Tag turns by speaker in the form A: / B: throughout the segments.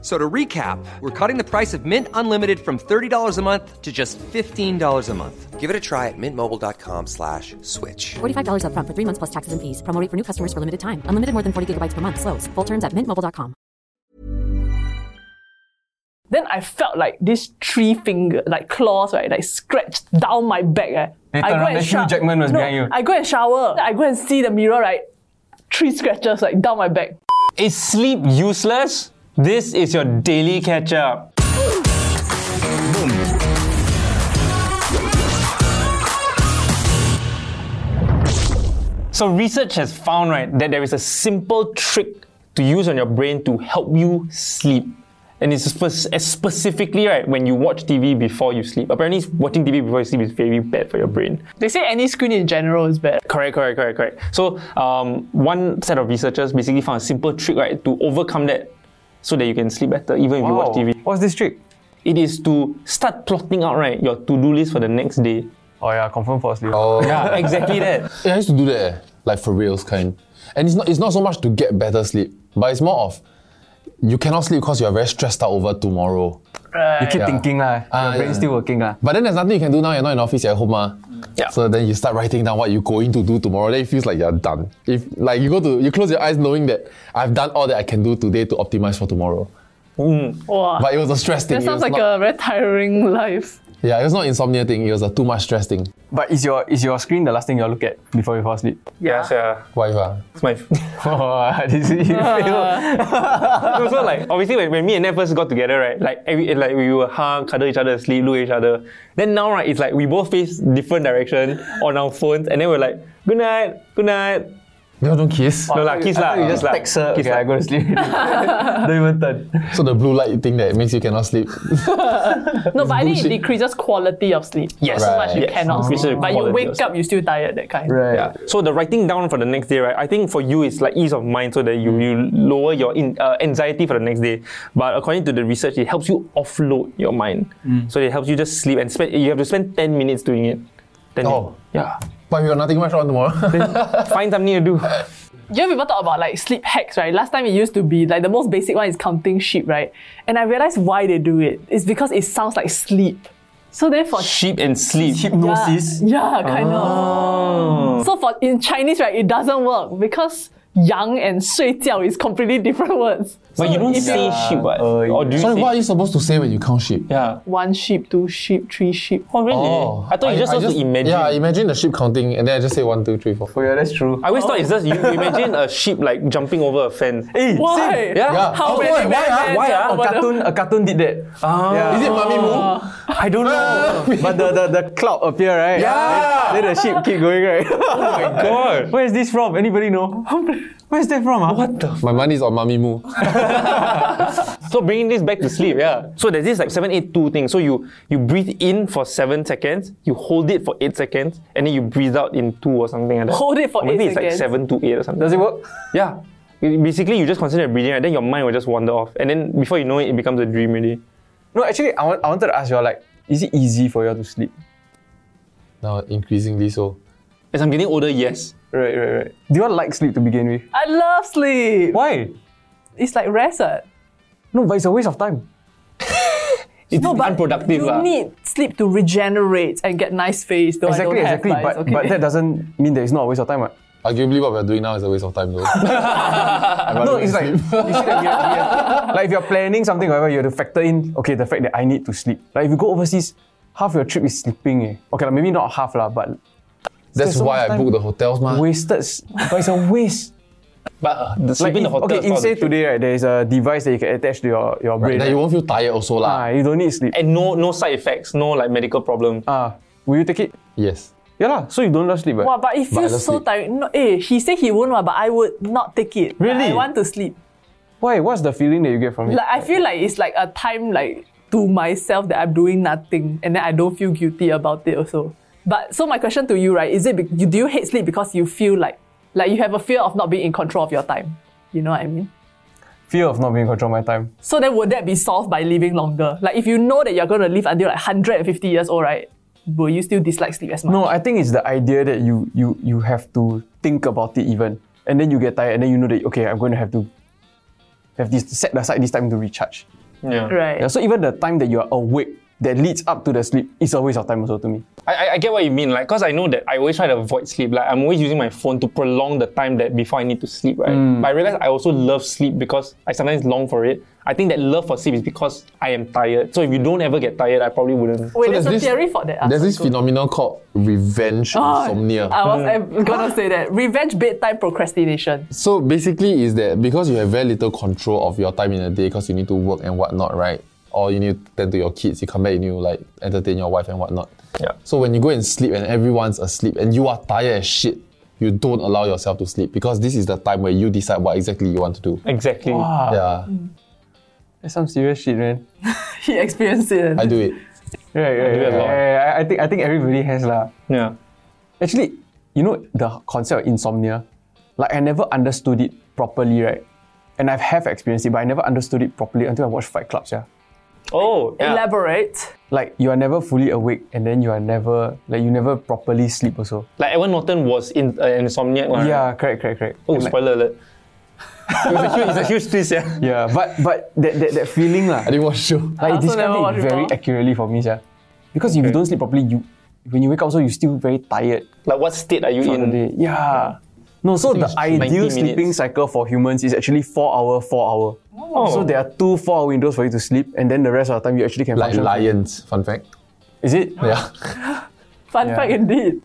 A: So to recap, we're cutting the price of Mint Unlimited from $30 a month to just $15 a month. Give it a try at mintmobile.com slash switch.
B: $45 upfront for three months plus taxes and fees. Promo rate for new customers for limited time. Unlimited more than 40 gigabytes per month. Slows. Full terms at mintmobile.com.
C: Then I felt like these three finger, like claws, right, like scratched down my back. Eh.
D: They turned around, then Hugh
C: shou-
D: Jackman was
C: no,
D: behind you.
C: I go and shower. I go and see the mirror, right? Three scratches like down my back.
D: Is sleep useless? This is your daily catch up. So research has found right that there is a simple trick to use on your brain to help you sleep. And it's spe- specifically right when you watch TV before you sleep. Apparently, watching TV before you sleep is very bad for your brain.
C: They say any screen in general is bad.
D: Correct, correct, correct, correct. So um, one set of researchers basically found a simple trick, right, to overcome that, so that you can sleep better even if you watch TV.
E: What's this trick?
D: It is to start plotting out, right, your to-do list for the next day.
E: Oh yeah, confirm for sleep.
F: Oh.
D: Yeah, exactly that.
F: Yeah, I used to do that, eh. like for reals kind. And it's not it's not so much to get better sleep, but it's more of you cannot sleep because you're very stressed out over tomorrow.
E: you keep
F: Yeah.
E: thinking lah.
F: Ah,
E: Your brain's
F: yeah.
E: still working lah.
F: But then there's nothing you can do now. You're not in office. You're at home, ah.
D: Yeah.
F: So then you start writing down what you're going to do tomorrow. Then it feels like you're done. If like you go to you close your eyes knowing that I've done all that I can do today to optimize for tomorrow.
D: Mm.
C: Wow.
F: But it was a stress thing.
C: that
F: It
C: sounds
F: was
C: like
F: not-
C: a very tiring life.
F: yeah. It was not insomnia thing. It was a too much stress thing.
E: But is your is your screen the last thing you look at before you fall asleep?
D: Yeah, yeah.
F: Wife, ah.
D: It's my.
E: Oh, this is, you fail. lah.
D: also like obviously when, when me and Nat first got together, right, like every like we would hug, cuddle each other, sleep, look at each other. Then now right, it's like we both face different direction on our phones, and then we're like, good night, good night.
F: No, don't kiss.
D: No lah, kiss
E: I
D: lah.
E: thought You just
D: lah.
E: text her.
D: Kiss
E: Okay,
D: lah.
E: I go to sleep. Don't even turn.
F: So the blue light thing that makes you cannot sleep.
C: No, but I think it
F: bullshit.
C: decreases quality of sleep.
D: Yes.
C: So much you
D: Yes.
C: cannot
D: Decreases
C: sleep. But you
D: quality of
C: wake up, you still tired, that kind.
E: Right.
D: Yeah. So the writing down for the next day, right? I think for you it's like ease of mind, so that you, you lower your in, uh, anxiety for the next day. But according to the research, it helps you offload your mind. So it helps you just sleep and spend. You have to spend ten minutes doing it. 10
F: Oh.
D: minutes. yeah.
F: but we got nothing much on tomorrow.
D: Find something to do.
C: You know, people talk about like sleep hacks, right? Last time it used to be like the most basic one is counting sheep, right? And I realized why they do it. It's because it sounds like sleep. So therefore,
D: Sheep and sleep.
E: Hypnosis.
C: yeah, kind of. So for in Chinese, right, it doesn't work because yang and 睡觉 is completely different words.
D: But you don't
C: if
D: say sheep, what?
E: Oh, yeah.
D: Or do you
F: Sorry,
D: say?
F: what are you supposed to say when you count sheep?
D: Yeah.
C: One sheep, two sheep, three sheep.
D: Oh really? I thought you just supposed to imagine.
F: Yeah, imagine the sheep counting, and then I just say one, two, three, four.
E: Oh yeah, that's true.
D: I always thought it's just you you imagine a sheep like jumping over a fence.
E: Eh,
C: Why?
D: Yeah.
F: Yeah.
C: How
F: Oh,
C: many
F: why- why, ah?
C: men-
E: Why ah?
C: men-
E: A cartoon, a cartoon did that.
D: Oh.
E: Yeah.
F: Is it mummy moo?
E: I don't know. but the, the, the cloud appear, right?
F: Yeah.
E: Then, then the sheep keep going, right? oh my
D: God.
E: Where is this from? Anybody know? Where is that from? Ah? What the?
F: My money's on mummy moo.
D: So bringing this back to sleep, yeah. So there's this like seven eight two thing. So you you breathe in for seven seconds, you hold it for eight seconds, and then you breathe out in two or something like that.
C: Hold it for
D: Or maybe
C: eight
D: it's
C: seconds.
D: like seven to eight or something.
E: Does it work?
D: Yeah. It- basically, you just concentrate on breathing, and then your mind will just wander off, and then before you know it, it becomes a dream really.
E: No, actually, I, want, I wanted to ask you all, like, is it easy for you all to sleep?
F: Now increasingly so.
D: As I'm getting older, yes.
E: Right, right, right. Do you all like sleep to begin with?
C: I love sleep.
E: Why?
C: It's like rest. eh.
E: No, but it's a waste of time.
D: It's
C: No, but
D: unproductive ah.
C: you
D: uh. lah.
C: need sleep to regenerate and get nice face. Though
E: Exactly,
C: I don't
E: exactly.
C: Have,
E: but,
C: but, it's okay.
E: but that doesn't mean that it's not a waste of time. What?
F: Arguably, what we're doing now is a waste of time, though.
E: No, it's like, you see that we have, we have- like if you're planning something, whatever, you have to factor in, okay, the fact that I need to sleep. Like if you go overseas, half your trip is sleeping. Eh. Okay, like, maybe not half, lah, but
F: That's
E: so
F: why
E: much
F: I
E: time.
F: booked the hotels, man.
E: wasted. s- But it's a waste.
D: But uh, the
E: Like
D: sleeping in the
E: if-
D: hotel.
E: okay,
D: is part of the
E: inside
D: trip.
E: today, right, there is a device that you can attach to your, your brain.
D: eh?
F: Then you won't feel tired also, lah.
E: ah, you don't need sleep.
D: And no no side effects, no like medical problem.
E: Ah, will you take it?
F: Yes.
E: Yeah, lah. So you don't love sleep, right?
C: Wow, but it
F: I
C: feels
F: love
C: so
F: sleep.
C: tiring. No, eh, he said he won't, lah, but I would not take it. Like,
E: Really?
C: I want to sleep.
E: Why? What's the feeling that you get from it?
C: Like I feel like it's like a time like to myself that I'm doing nothing, and then I don't feel guilty about it also. But so my question to you, right? Is it be- you, do you hate sleep because you feel like like you have a fear of not being in control of your time? You know what I mean?
E: Fear of not being in control of my time.
C: So then would that be solved by living longer? Like if you know that you're going to live until like 150 years old, right? Will you still dislike sleep as much?
E: No, I think it's the idea that you you you have to think about it even, and then you get tired, and then you know that okay, I'm going to have to have this set aside this time to recharge.
D: Yeah.
C: Right.
E: Yeah, so even the time that you are awake that leads up to the sleep is a waste of time also to me.
D: I, I, I get what you mean, like, because I know that I always try to avoid sleep. Like, I'm always using my phone to prolong the time that before I need to sleep, right? But I realize I also love sleep because I sometimes long for it. I think that love for sleep is because I am tired. So if you don't ever get tired, I probably wouldn't.
C: Wait,
F: So
C: there's, a theory for that. ah.
F: There's this phenomenon called revenge
D: Oh,
F: insomnia.
C: I was I'm gonna say that. Revenge bedtime procrastination.
F: So basically, is that because you have very little control of your time in a day because you need to work and whatnot, right? Or you need to tend to your kids, you come back and you like entertain your wife and whatnot.
D: Yeah.
F: So when you go and sleep and everyone's asleep and you are tired as shit, you don't allow yourself to sleep because this is the time where you decide what exactly you want to do.
D: Exactly.
F: Yeah,
E: That's some serious shit, man.
C: He experienced it.
F: I do it.
E: Right, right,
D: do it
E: right,
D: a lot.
E: right, right. I, I think I think everybody has lah.
D: Yeah.
E: Actually, you know the concept of insomnia, like I never understood it properly, right? And I have experienced it, but I never understood it properly until I watched Fight Club, yeah.
D: Oh, yeah.
C: Elaborate.
E: Like you are never fully awake, and then you are never like you never properly sleep also.
D: Like, Edward Norton was in, uh, an insomniac one. right?
E: Yeah, correct, correct, correct.
D: Oh,
E: And like-
D: spoiler alert. it was a huge, it's a huge twist, yeah.
E: yeah, but but that that, that feeling lah.
F: I didn't watch show.
E: Like
C: also
E: it described
C: never watch
E: it very
C: before.
E: accurately for me, yeah. Because if you don't sleep properly, you when you wake up, so you still very tired
D: Like, what state are you
E: throughout the
D: in?
E: day. Yeah. No, so the
D: it's 90
E: ideal
D: minutes.
E: sleeping cycle for humans is actually four hour, four hour.
D: Oh.
E: So there are two four hour windows for you to sleep, and then the rest of the time you actually can
F: Like
E: function.
F: lions, fun fact.
E: Is it?
F: Yeah.
C: Fun
E: Yeah.
C: fact indeed.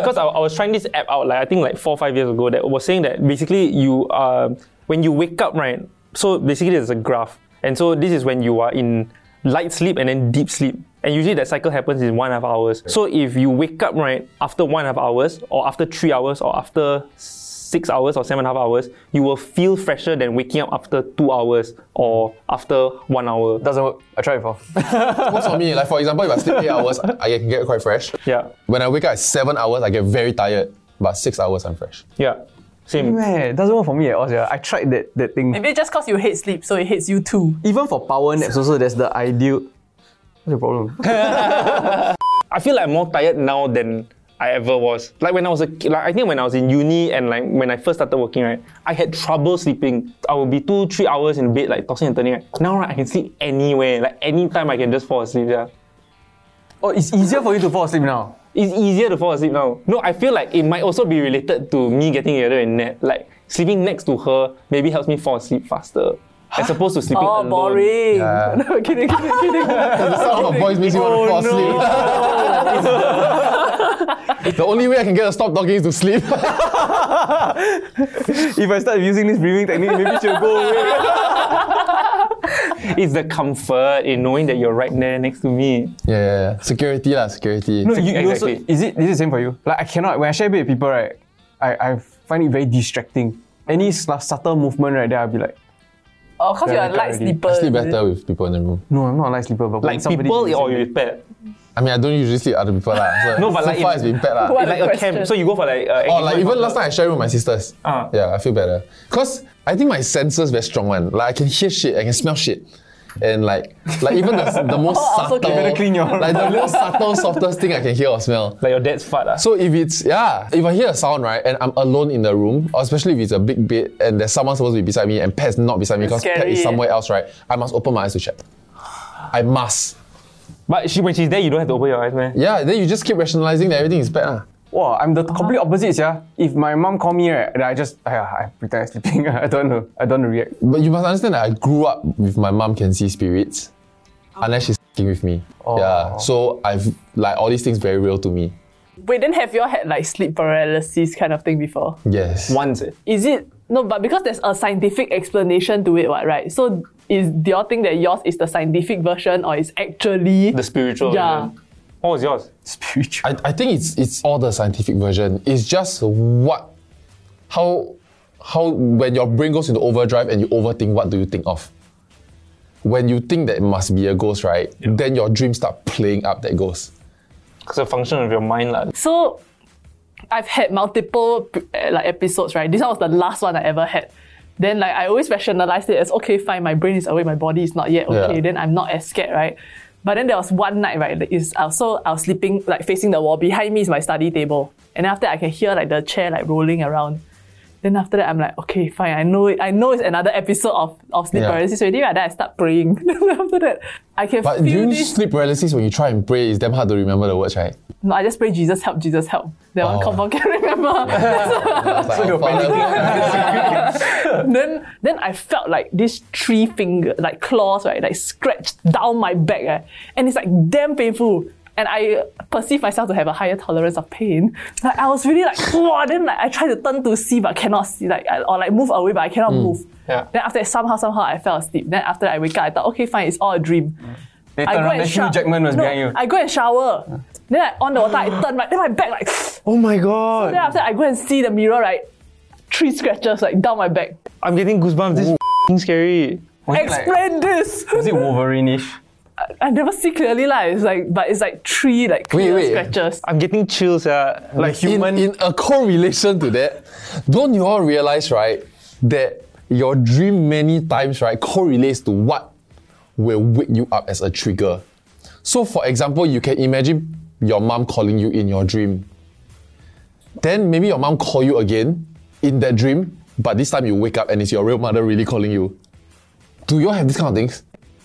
D: because I, I was trying this app out like I think like four five years ago that was saying that basically you uh, when you wake up right so basically there's a graph and so this is when you are in light sleep and then deep sleep and usually that cycle happens in one and a half hours so if you wake up right after one and a half hours or after three hours or after six hours or seven and a half hours you will feel fresher than waking up after two hours or after one hour
E: Doesn't work. I tried before.
F: Works for me. Like for example, if I sleep eight hours, I can get quite fresh.
D: yeah
F: When I wake up at seven hours, I get very tired. But six hours, I'm fresh.
D: yeah same
E: Man, it doesn't work for me at all. Yeah. I tried that that thing.
C: Maybe just cause you hate sleep, so it hates you too.
E: Even for power naps, also there's the ideal. What's the problem?
D: I feel like I'm more tired now than I ever was. Like when I was a kid, like I think when I was in uni and like when I first started working, right, I had trouble sleeping. I would be two, three hours in bed, like tossing and turning. Right? Now, right, I can sleep anywhere, like anytime I can just fall asleep. Yeah,
E: oh, it's easier for you to fall asleep now.
D: it's easier to fall asleep now. No, I feel like it might also be related to me getting together and Nat. Like sleeping next to her maybe helps me fall asleep faster as opposed to sleeping
C: Oh,
D: alone.
C: boring. no, kidding, kidding, kidding.
F: The sound of voice makes you want
C: Oh,
D: Oh,
F: to fall asleep. the only way I can get to stop talking is to sleep.
E: If I start using this breathing technique, maybe she'll go away.
D: It's the comfort in knowing that you're right there next to me.
F: yeah, security lah, security.
E: No, you, you also,
D: Exactly.
E: is it this is the same for you? Like I cannot when I share bed with people, right? I, I find it very distracting. Any sl- subtle movement right there, I'll be like,
C: Oh, cause you're
E: Yeah,
C: a
E: I
C: light
E: already.
C: sleeper.
F: I sleep
C: is it?
F: better with people in the room.
E: no, I'm not a light sleeper, but when
D: Like
E: somebody
D: people
E: is
D: or
E: in-
D: with pet.
F: I mean, I don't usually sleep with other people lah. So,
D: No, but
F: so
D: like
F: far
D: in-
F: it's been bad lah.
C: What
D: Like
C: a
D: a
C: question.
D: camp. So you go for like. Uh,
F: Or Oh, like
D: engagement
F: even
D: photo.
F: last night I shared with my sisters.
D: Ah.
F: Yeah, I feel better. Cause I think my senses very strong one. Like I can hear shit, I can smell shit. And like, like even the, the most
C: also
F: subtle,
C: can-
E: Better clean your-
F: like the most subtle, softest thing I can hear or smell.
D: Like your dad's fart. ah.
F: So if it's yeah, if I hear a sound right, and I'm alone in the room, or especially if it's a big bed and there's someone supposed to be beside me and pet's not beside me because pet
C: scary.
F: is somewhere else, right? I must open my eyes to check. I must.
D: but she, when she's there, you don't have to open your eyes, man.
F: Yeah, then you just keep rationalizing that everything is bad. ah. lah.
E: Wow, I'm
D: Uh-huh.
E: the complete opposite, yeah. If my mom call me, right, then I just, ah, I pretend I'm sleeping. I don't know. I don't react.
F: But you must understand that I grew up with my mom can see spirits, unless she's f***ing with me. Yeah, so I've like all these things very real to me.
C: Wait, then have you all had like sleep paralysis kind of thing before?
F: Yes.
D: Once. eh.
C: Is it no? But because there's a scientific explanation to it, what right? So is do you think that yours is the scientific version or is actually
D: The spiritual.
C: Yeah.
D: version. What was yours?
E: Spiritual.
F: I, I think it's it's all the scientific version. It's just what how how when your brain goes into overdrive and you overthink, what do you think of? When you think that it must be a ghost, right? Then your dreams start playing up that ghost.
D: It's a function of your mind. lah.
C: So I've had multiple eh, like episodes, right? This one was the last one I ever had. then like I always rationalized it as okay, fine, my brain is awake, my body is not yet okay,
F: Yeah.
C: then I'm not as scared, right? But then there was one night, right? that Is I was- so I was sleeping like facing the wall. Behind me is my study table, and after I can hear like the chair like rolling around. Then after that, I'm like, okay, fine. I know it. I know it's another episode of, of sleep
F: Yeah.
C: paralysis already. Right? Then I start praying. Then after that, I can
F: But
C: feel
F: during
C: this.
F: sleep paralysis, when you try and pray, it's damn hard to remember the words, right?
C: No, I just pray, Jesus help, Jesus help. That one
F: Oh.
C: confirm can remember.
F: It's like,
E: you're
F: oh, Father,
C: then then I felt like these three finger like claws right like scratched down my back eh. and it's like damn painful and I perceive myself to have a higher tolerance of pain like I was really like wow then like I tried to turn to see but cannot see like I- or like move away but I cannot
E: Mm.
C: move
D: Yeah.
C: then after that somehow somehow I fell asleep then after that, I wake up I thought okay fine it's all a dream
E: Later on, then Hugh
C: show-
E: Jackman was
C: no,
E: behind you.
C: I go and shower then I on the water I turn right then my back like
D: Oh my god.
C: then after that, I go and see the mirror right three scratches like down my back
D: I'm getting goosebumps. This is f***ing scary.
E: Was it like-
C: explain this.
E: was it Wolverine-ish?
C: I never see clearly lah. It's like, but it's like three like
F: Wait,
C: clear
F: wait.
C: scratches.
D: I'm getting chills. Uh,
E: Like human?
F: In, in a correlation to that, don't you all realize, right, that your dream many times, right, correlates to what will wake you up as a trigger. So, for example, you can imagine your mom calling you in your dream. Then maybe your mom call you again in that dream, but this time you wake up and it's your real mother really calling you. Do you all have these kind of things?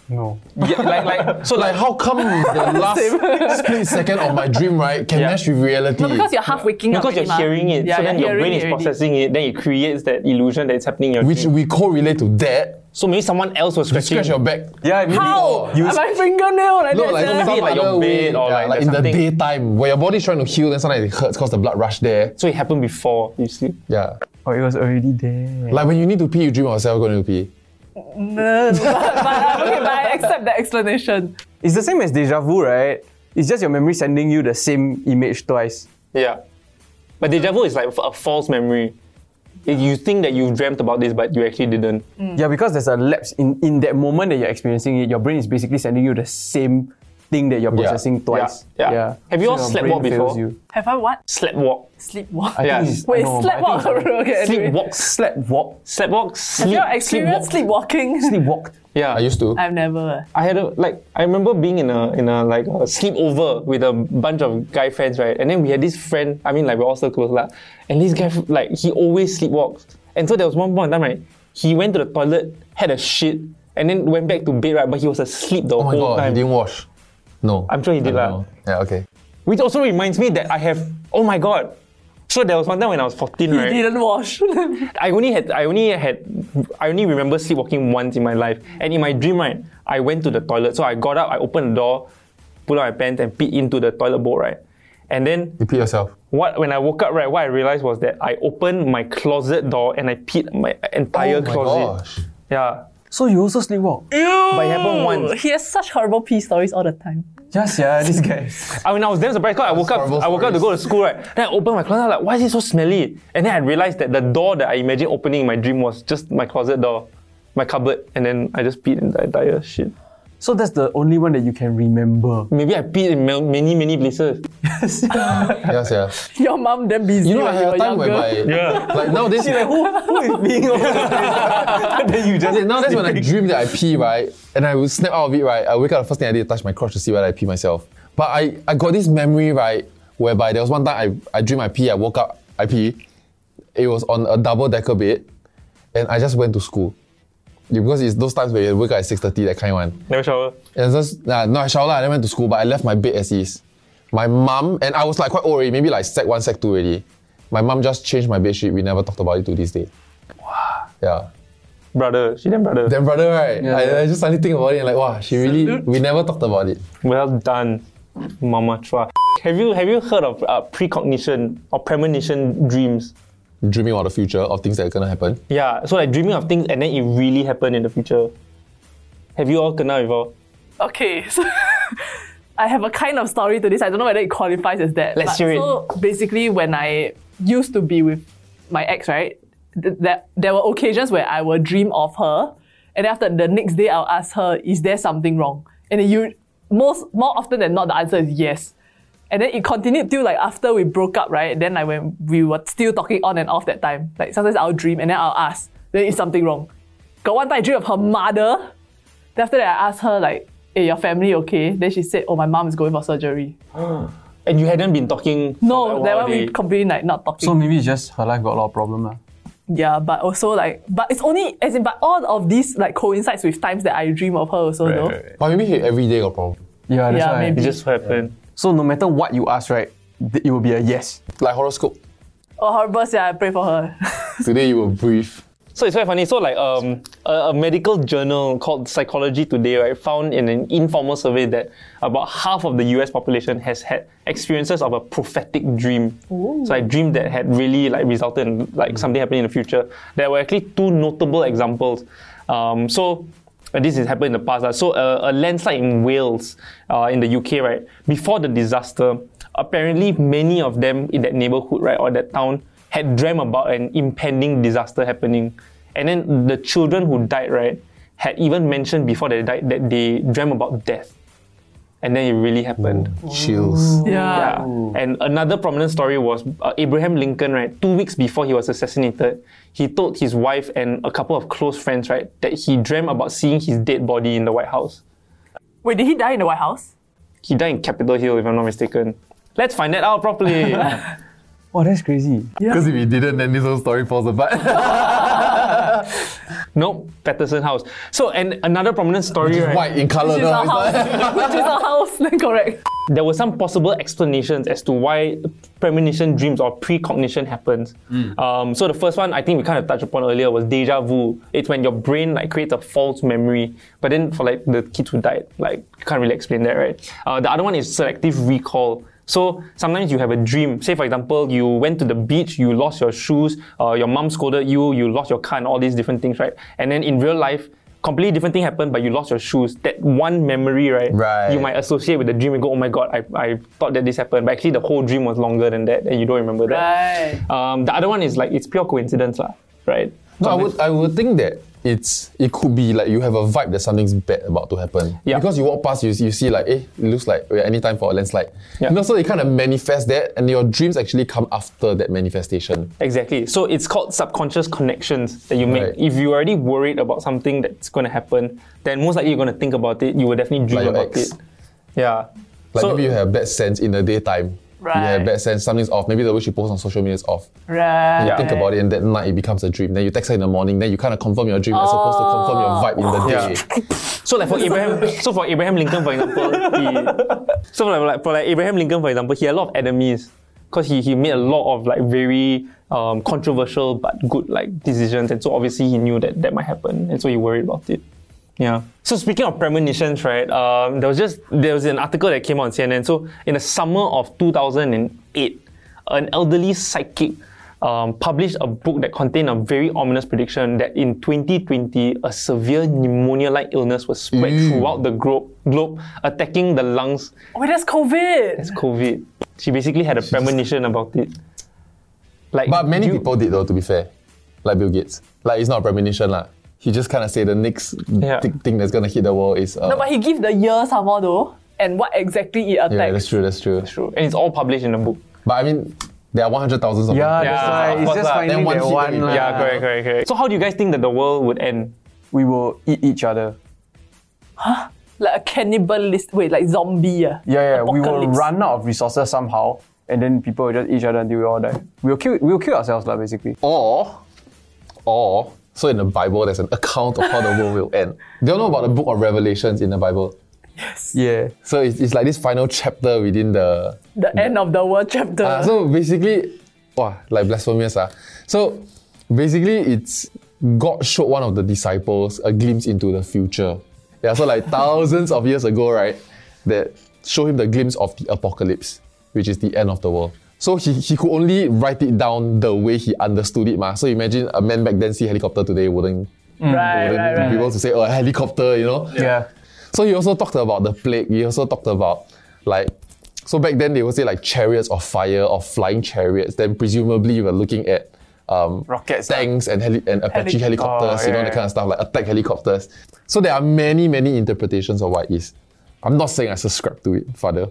E: no.
D: yeah, like, like, so
F: So like,
D: like,
F: how come the last split second of my dream, right, can
D: Yeah.
F: match with reality?
C: No, because you're half waking up.
D: because you're
C: already mah.
D: hearing it,
C: Yeah,
D: so
C: you're
D: then your
C: hearing
D: brain
C: it
D: is
C: already.
D: processing it, then it creates that illusion that it's happening in your
F: which
D: dream.
F: we correlate to that.
D: So maybe someone else was
F: You
D: scratching.
F: scratch your back.
E: Yeah, maybe
C: How?
E: you
C: Am I fingernail like
F: Look
C: that?
F: like
C: sia?
F: some
D: like your
F: other way,
D: bed or
F: yeah,
D: like
F: in the
D: something.
F: daytime where your body's trying to heal, then sometimes it hurts because the blood rush there.
D: So it happened before, you see.
F: Yeah,
E: Oh, it was already there.
F: like when you need to pee, you dream of yourself going to pee.
C: No, but, but, okay, but I accept that explanation.
E: It's the same as deja vu, right? It's just your memory sending you the same image twice.
D: Yeah. But deja vu is like a false memory. If You think that you've dreamt about this, but you actually didn't.
E: Yeah, because there's a lapse in, in that moment that you're experiencing it, your brain is basically sending you the same thing that you're processing twice.
D: yeah. Have you all
E: your
D: slept walk
E: brain fails
D: before?
E: You.
C: Have I what?
D: Sleptwalk.
C: Sleepwalk.
E: I
D: Yeah.
E: think it's- I
C: Wait,
E: know, but I think
C: sleepwalk.
E: it's-
C: okay, anyway.
D: Sleepwalk.
E: Slept walk.
D: Sleptwalk. Sleep.
C: Your experience
D: sleepwalk.
C: sleepwalking?
E: Sleepwalked.
D: Yeah.
F: I used to.
C: I've never.
D: I had a like I remember being in a in a like a sleepover with a bunch of guy friends, right? And then we had this friend, I mean like we're all still close lah. And this guy like he always sleepwalks. And so there was one point in time, right? He went to the toilet, had a shit, and then went back to bed, right? But he was asleep the
F: oh my
D: whole
F: god,
D: time.
F: you didn't wash. No,
D: I'm sure he did
F: I
D: lah.
F: don't know. Yeah, okay.
D: Which also reminds me that I have oh my god. So there was one time when I was 14, right?
C: Didn't wash.
D: I only had I only had I only remember sleepwalking once in my life. And in my dream, right, I went to the toilet. So I got up, I opened the door, pulled out my pants, and peed into the toilet bowl, right? And then
F: You pee yourself.
D: what when I woke up, right, what I realized was that I opened my closet door and I peed my entire
F: oh my
D: closet.
F: gosh.
D: Yeah.
E: So you also sleepwalk?
D: But it happened once.
C: He has such horrible pee stories all the time.
E: Yes, yeah, this guy.
D: I mean I was damn surprised because I woke up
F: horrible
D: I woke up to go to
F: stories.
D: school, right? Then I opened my closet, I'm like, why is it so smelly? And then I realized that the door that I imagined opening in my dream was just my closet door, my cupboard, and then I just peed in the entire shit.
E: So that's the only one that you can remember.
D: Maybe I peed in ma- many, many places.
F: Yes, yeah.
C: Your mum then busy.
F: You know, I
C: when
F: had a
C: were
F: time
C: younger.
F: whereby,
D: Yeah.
F: like nowadays,
E: Who is being over Then you just.
F: Now nowadays when I dream that I pee, right, and I would snap out of it, right, I wake up, the first thing I did, touch my crotch to see whether I pee myself. But I, I got this memory, right, whereby there was one time I, I dream I pee, I woke up, I pee. It was on a double decker bed, and I just went to school. Yeah, Because it's those times where you wake up at 6.30, that kind one.
D: Never shower.
F: And it's just, nah, no, I showered, lah, I then went to school, but I left my bed as is. My mum, and I was like quite old already, maybe like sec one, sec two already. My mum just changed my bed sheet. We never talked about it to this day. Wow. Yeah.
D: Brother. She then brother.
F: Then brother, right? I, I just suddenly think about it and like, wow, she really. We never talked about it.
D: Well done, Mama Chua. Have you have you heard of uh, precognition or premonition dreams?
F: Dreaming about the future of things that are gonna happen.
D: Yeah, so like dreaming of things and then it really happened in the future. Have you all kena before?
C: Okay, so I have a kind of story to this. I don't know whether it qualifies as that.
D: Let's
C: but
D: hear it.
C: So basically, when I used to be with my ex, right, th- that there were occasions where I would dream of her, and after the next day, I'll ask her, "Is there something wrong?" And then you most more often than not, the answer is yes. And then it continued till like after we broke up, right? Then like when we were still talking on and off that time, like sometimes I'll dream and then I'll ask, then it's something wrong. Got one time I dreamed of her mother. Then after that, I asked her, like, hey, your family okay? Then she said, oh, my mom is going for surgery.
D: And you hadn't been talking. for a
C: No, that
D: while,
C: one we
D: they-
C: completely like not talking.
E: So maybe it's just her life got a lot of problem lah.
C: yeah, but also like, but it's only, as in, but all of these like coincides with times that I dream of her also, no?
F: But maybe he every day got problem.
E: Yeah, that's
C: Yeah,
E: why.
C: maybe.
D: It just so happened.
E: So no matter what you ask, right, th- it will be a yes.
F: Like horoscope.
C: Oh, horrible, yeah, I pray for her.
F: Today you will breathe.
D: So it's quite funny. So like um, a, a medical journal called Psychology Today, right, found in an informal survey that about half of the U.S. population has had experiences of a prophetic dream. So a dream that had really like resulted in like something happening in the future. There were actually two notable examples. Um, so uh, this has happened in the past. lah. So uh, a landslide in Wales, uh, in the UK, right, before the disaster, apparently many of them in that neighborhood, right, or that town had dreamt about an impending disaster happening. And then the children who died, right, had even mentioned before they died that they dreamt about death. And then it really happened.
F: Chills.
C: yeah.
D: Yeah. And another prominent story was uh, Abraham Lincoln, right? Two weeks before he was assassinated, he told his wife and a couple of close friends, right, that he dreamt about seeing his dead body in the White House.
C: Wait, did he die in the White House?
D: He died in Capitol Hill, if I'm not mistaken. Let's find that out properly.
E: Oh, that's crazy.
F: Because if he didn't, then this whole story falls apart.
D: nope, Patterson House. So, and another prominent story, right?
F: White in color.
C: Which is our house. Which is our house, then correct.
D: there were some possible explanations as to why premonition dreams or precognition happens. Um, so the first one I think we kind of touched upon earlier was deja vu. It's when your brain like creates a false memory, but then for like the kids who died, like you can't really explain that, right? Uh, the other one is selective recall. So sometimes you have a dream. Say for example, you went to the beach, you lost your shoes, uh, your mom scolded you, you lost your car, and all these different things, right? And then in real life. Completely different thing happened, but you lost your shoes. That one memory, right?
F: Right.
D: You might associate with the dream and go, oh my god, I, I thought that this happened. But actually, the whole dream was longer than that, and you don't remember that.
C: Right.
D: Um, the other one is like, it's pure coincidence, lah, right?
F: No, I would I would think that it's it could be like you have a vibe that something's bad about to happen.
D: Yeah.
F: Because you walk past, you, you see like, eh, it looks like we're any time for a landslide.
D: Yeah.
F: You know, so it kind of manifests that and your dreams actually come after that manifestation.
D: Exactly. So it's called subconscious connections that you make.
F: Right.
D: If you're already worried about something that's going to happen, then most likely you're going to think about it. You will definitely dream
F: Like your
D: about
F: ex.
D: it. Yeah.
F: Like
D: so,
F: maybe you have bad sense in the daytime. You have
C: Right.
F: bad sense, something's off. Maybe the way she posts on social media is off.
C: Right.
F: You think about it and that night it becomes a dream. Then you text her in the morning, then you kind of confirm your dream as opposed to confirm your vibe in the day.
D: So like for Abraham, so for Abraham Lincoln, for example, he, so for like for like Abraham Lincoln, for example, he had a lot of enemies because he, he made a lot of like very um, controversial but good like decisions, and so obviously he knew that that might happen, and so he worried about it. Yeah. So speaking of premonitions, right? Um, there was just there was an article that came on CNN. So in the summer of 2008, an elderly psychic um, published a book that contained a very ominous prediction that in 2020 a severe pneumonia-like illness was spread
F: Mm.
D: throughout the glo- globe, attacking the lungs
C: Wait, that's COVID.
D: as COVID. She basically had a premonition about it. Like,
F: But many
D: you-
F: people did though, to be fair. Like Bill Gates. Like it's not a premonition lah. He just kind of say the next thi- thing that's gonna hit the world is. Uh,
C: No, but he give the year some more though, and what exactly it
F: yeah,
C: attacks.
F: that's true. That's true.
D: True. and it's all published in a book.
F: But I mean, there are one hundred thousands of.
E: Yeah,
F: them.
E: that's
D: Yeah,
E: why
D: of
E: it's
D: course
E: just
D: lah.
E: finding
F: Then one
E: that
F: hit
E: one.
F: only.
E: lah.
D: Yeah, correct, correct, correct. So how do you guys think that the world would end?
E: We will eat each other.
C: like a cannibalist, wait, like zombie. ah.
E: Yeah, yeah. We will
C: Apocalypse.
E: run out of resources somehow, and then people will just eat each other until we all die. We'll kill. We'll kill ourselves, lah, basically.
F: Or, or so in the Bible, there's an account of how the world will end. Do you know about the book of Revelations in the Bible?
E: Yeah.
F: So it's, it's like this final chapter within the
C: The end of the world chapter.
F: Uh, so basically, wow, like blasphemous. ah. So basically, it's God showed one of the disciples a glimpse into the future. Yeah, so like thousands of years ago, right? That showed him the glimpse of the apocalypse, which is the end of the world. So he, he could only write it down the way he understood it, ma. So imagine a man back then see helicopter today wouldn't,
C: right,
F: wouldn't
C: right,
F: be
C: right.
F: able to say, oh, a helicopter, you know?
E: Yeah.
F: So he also talked about the plague. He also talked about like so back then they would say like chariots of fire or flying chariots. Then presumably we're looking at um,
E: Rockets, ah.
F: tanks and heli- and Apache
C: Heli-
F: helicopters.
E: Oh,
F: you know
E: yeah, yeah.
F: that kind of stuff like attack helicopters. So there are many many interpretations of what is. I'm not saying I subscribe to it, Father.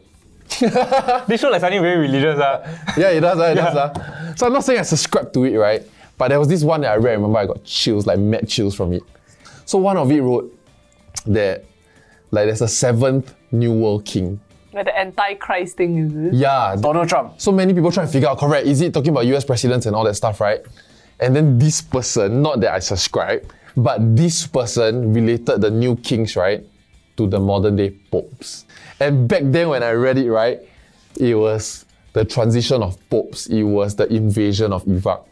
D: This show like sounding very religious. ah.
F: Yeah, it does. ah, It does. ah. So I'm not saying I subscribe to it, right? But But there was this one that I read, I remember I got chills, like mad chills from it. So one of it wrote that like there's a seventh New World King.
C: Like the anti-Christ thing, is it?
F: Yeah. th-
E: Donald Trump.
F: So many people trying to figure out, correct, is it talking about US presidents and all that stuff, right? And then this person, not that I subscribe, but this person related the new kings, right, to the modern day popes. And back then when I read it, right, it was the transition of popes, it was the invasion of Iraq.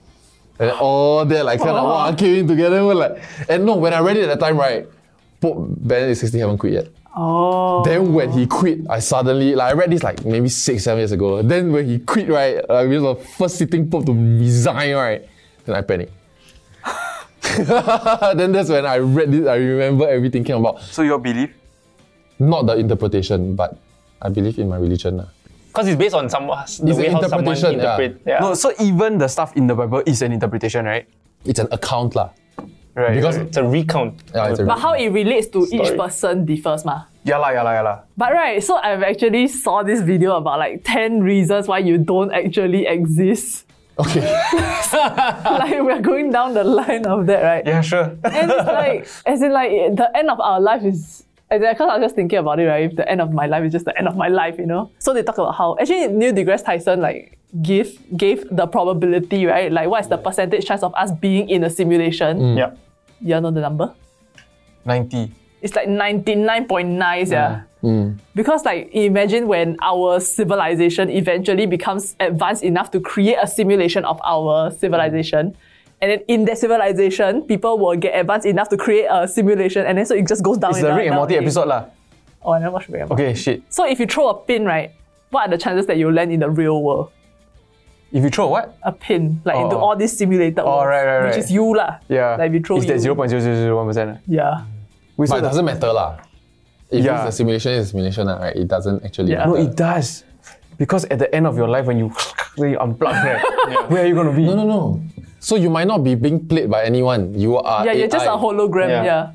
F: And all that like kind of wow, came in together. We're like, and no, when I read it at that time, right, Pope Benedict 16 haven't quit yet.
C: Oh.
F: Then when he quit, I suddenly like I read this like maybe six seven years ago. Then when he quit, right, I was the first sitting pope to resign, right? Then I panicked. then that's when I read this. I remember everything came about.
E: So your belief?
F: Not the interpretation, but I believe in my religion. lah.
D: Because it's based on some, uh, the
F: It's
D: way
F: an
D: how someone
F: interpretation, yeah.
D: interpret. Yeah.
E: No, so even the stuff in the Bible is an interpretation, right?
F: It's an account, lah.
E: Right.
F: Because
E: right.
D: It's a recount.
F: yeah, it's a
C: But how it relates to each
D: Story.
C: person differs, ma.
E: yeah lah, yeah lah, yeah lah.
C: But right, so I've actually saw this video about like 10 reasons why you don't actually exist.
F: okay.
C: Like we're going down the line of that, right?
E: Yeah, sure.
C: And it's like, as in like, the end of our life is, and because I was just thinking about it, right? If the end of my life is just the end of my life, you know? So they talk about how, actually Neil deGrasse Tyson like give, gave the probability, right? Like what's the percentage chance of us being in a simulation?
E: Mm.
D: Yeah.
C: You all know the number?
E: Ninety.
C: It's like 99.9, yeah.
E: Mm.
C: Because like imagine when our civilization eventually becomes advanced enough to create a simulation of our civilization. And then in that civilization, people will get advanced enough to create a simulation, and then so it just goes down.
E: It's the
C: down
E: Rick and
C: down
E: Morty
C: again.
E: episode lah.
C: Oh, I never watched Rick and Morty.
E: Okay, shit.
C: So if you throw a pin, right, what are the chances that you'll land in the real world?
E: If you throw what?
C: A pin, like into
E: Oh.
C: all these simulated
E: Oh,
C: worlds,
E: right, right,
C: which
E: right.
C: is you lah.
E: Yeah.
C: Like if you throw
E: It's that
C: you-
E: zero point zero zero zero one percent.
C: Yeah.
F: But it doesn't matter, lah. If
E: Yeah.
F: it's a simulation, it's a simulation, lah, right? It doesn't actually
C: Yeah.
E: No,
F: matter.
E: it does. Because at the end of your life, when you, when you unplug, right, where are you gonna be?
F: No, no, no. So you might not be being played by anyone. You are
C: Yeah, you're just a
F: AI.
C: hologram,
D: Yeah.
C: yeah.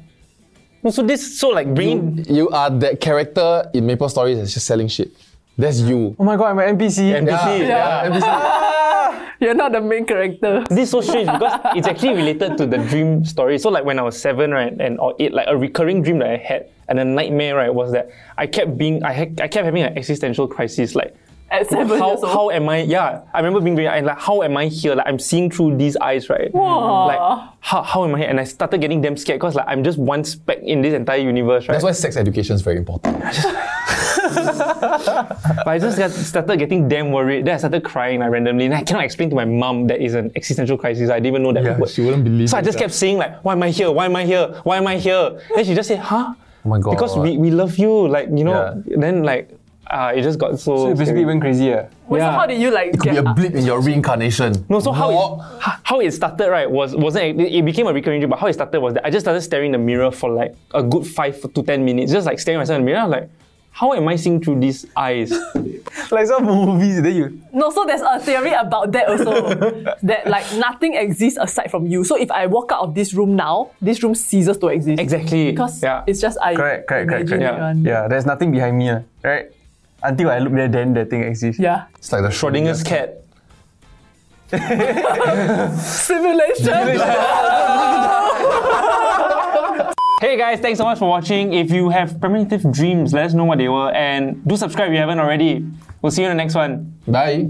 D: No, So this, so like bringing
F: You are that character in Maple Stories that's just selling shit. That's you.
E: Oh my god, I'm an NPC.
F: NPC. Yeah. NPC.
C: You're not the main character.
D: this is so strange because it's actually related to the dream story. So like when I was seven, right, and or eight, like a recurring dream that I had and a nightmare, right, was that I kept being, I, had, I kept having an existential crisis, like.
C: At seven
D: how,
C: years old.
D: how am I? Yeah, I remember being very and like, how am I here? Like I'm seeing through these eyes, right? Like how, how am I here? And I started getting damn scared because like I'm just one speck in this entire universe, right?
F: That's why sex education is very important.
D: But I just got, started getting damn worried. Then I started crying like randomly. And I cannot explain to my mom that is an existential crisis. I didn't even know that
F: Yeah,
D: word.
F: she wouldn't believe
D: So I
F: it,
D: just
F: yeah.
D: kept saying like, why am I here? Why am I here? Why am I here? Then she just said, huh?
F: Oh my God.
D: Because we, we love you. Like, you know,
F: Yeah.
D: then like, uh, it just got so.
E: So you basically
D: scary.
E: went crazy, yeah.
C: Wait, so
D: Yeah.
C: how did you like
F: Could
C: get
F: be a
C: up?
F: blip in your reincarnation.
D: No, so how
F: Or-
D: it, h- how it started, right, was wasn't it, it became a recurring dream, but how it started was that I just started staring in the mirror for like a good five to ten minutes, just like staring myself in the mirror. I was like, how am I seeing through these eyes?
E: Like some movies, then you.
C: No, so there's a theory about that also. that like nothing exists aside from you. So if I walk out of this room now, this room ceases to exist.
D: exactly.
C: Because
D: yeah.
C: it's just I
E: Correct, correct, correct,
C: imagine
E: correct.
C: it
D: yeah.
C: one.
E: Yeah, there's nothing behind me, ah, right? Until I look there, then the thing exists.
C: Yeah.
F: It's like the
D: Schrodinger's cat.
C: Simulation.
D: Hey guys, thanks so much for watching. If you have premonitive dreams, let us know what they were and do subscribe if you haven't already. We'll see you in the next one.
F: Bye.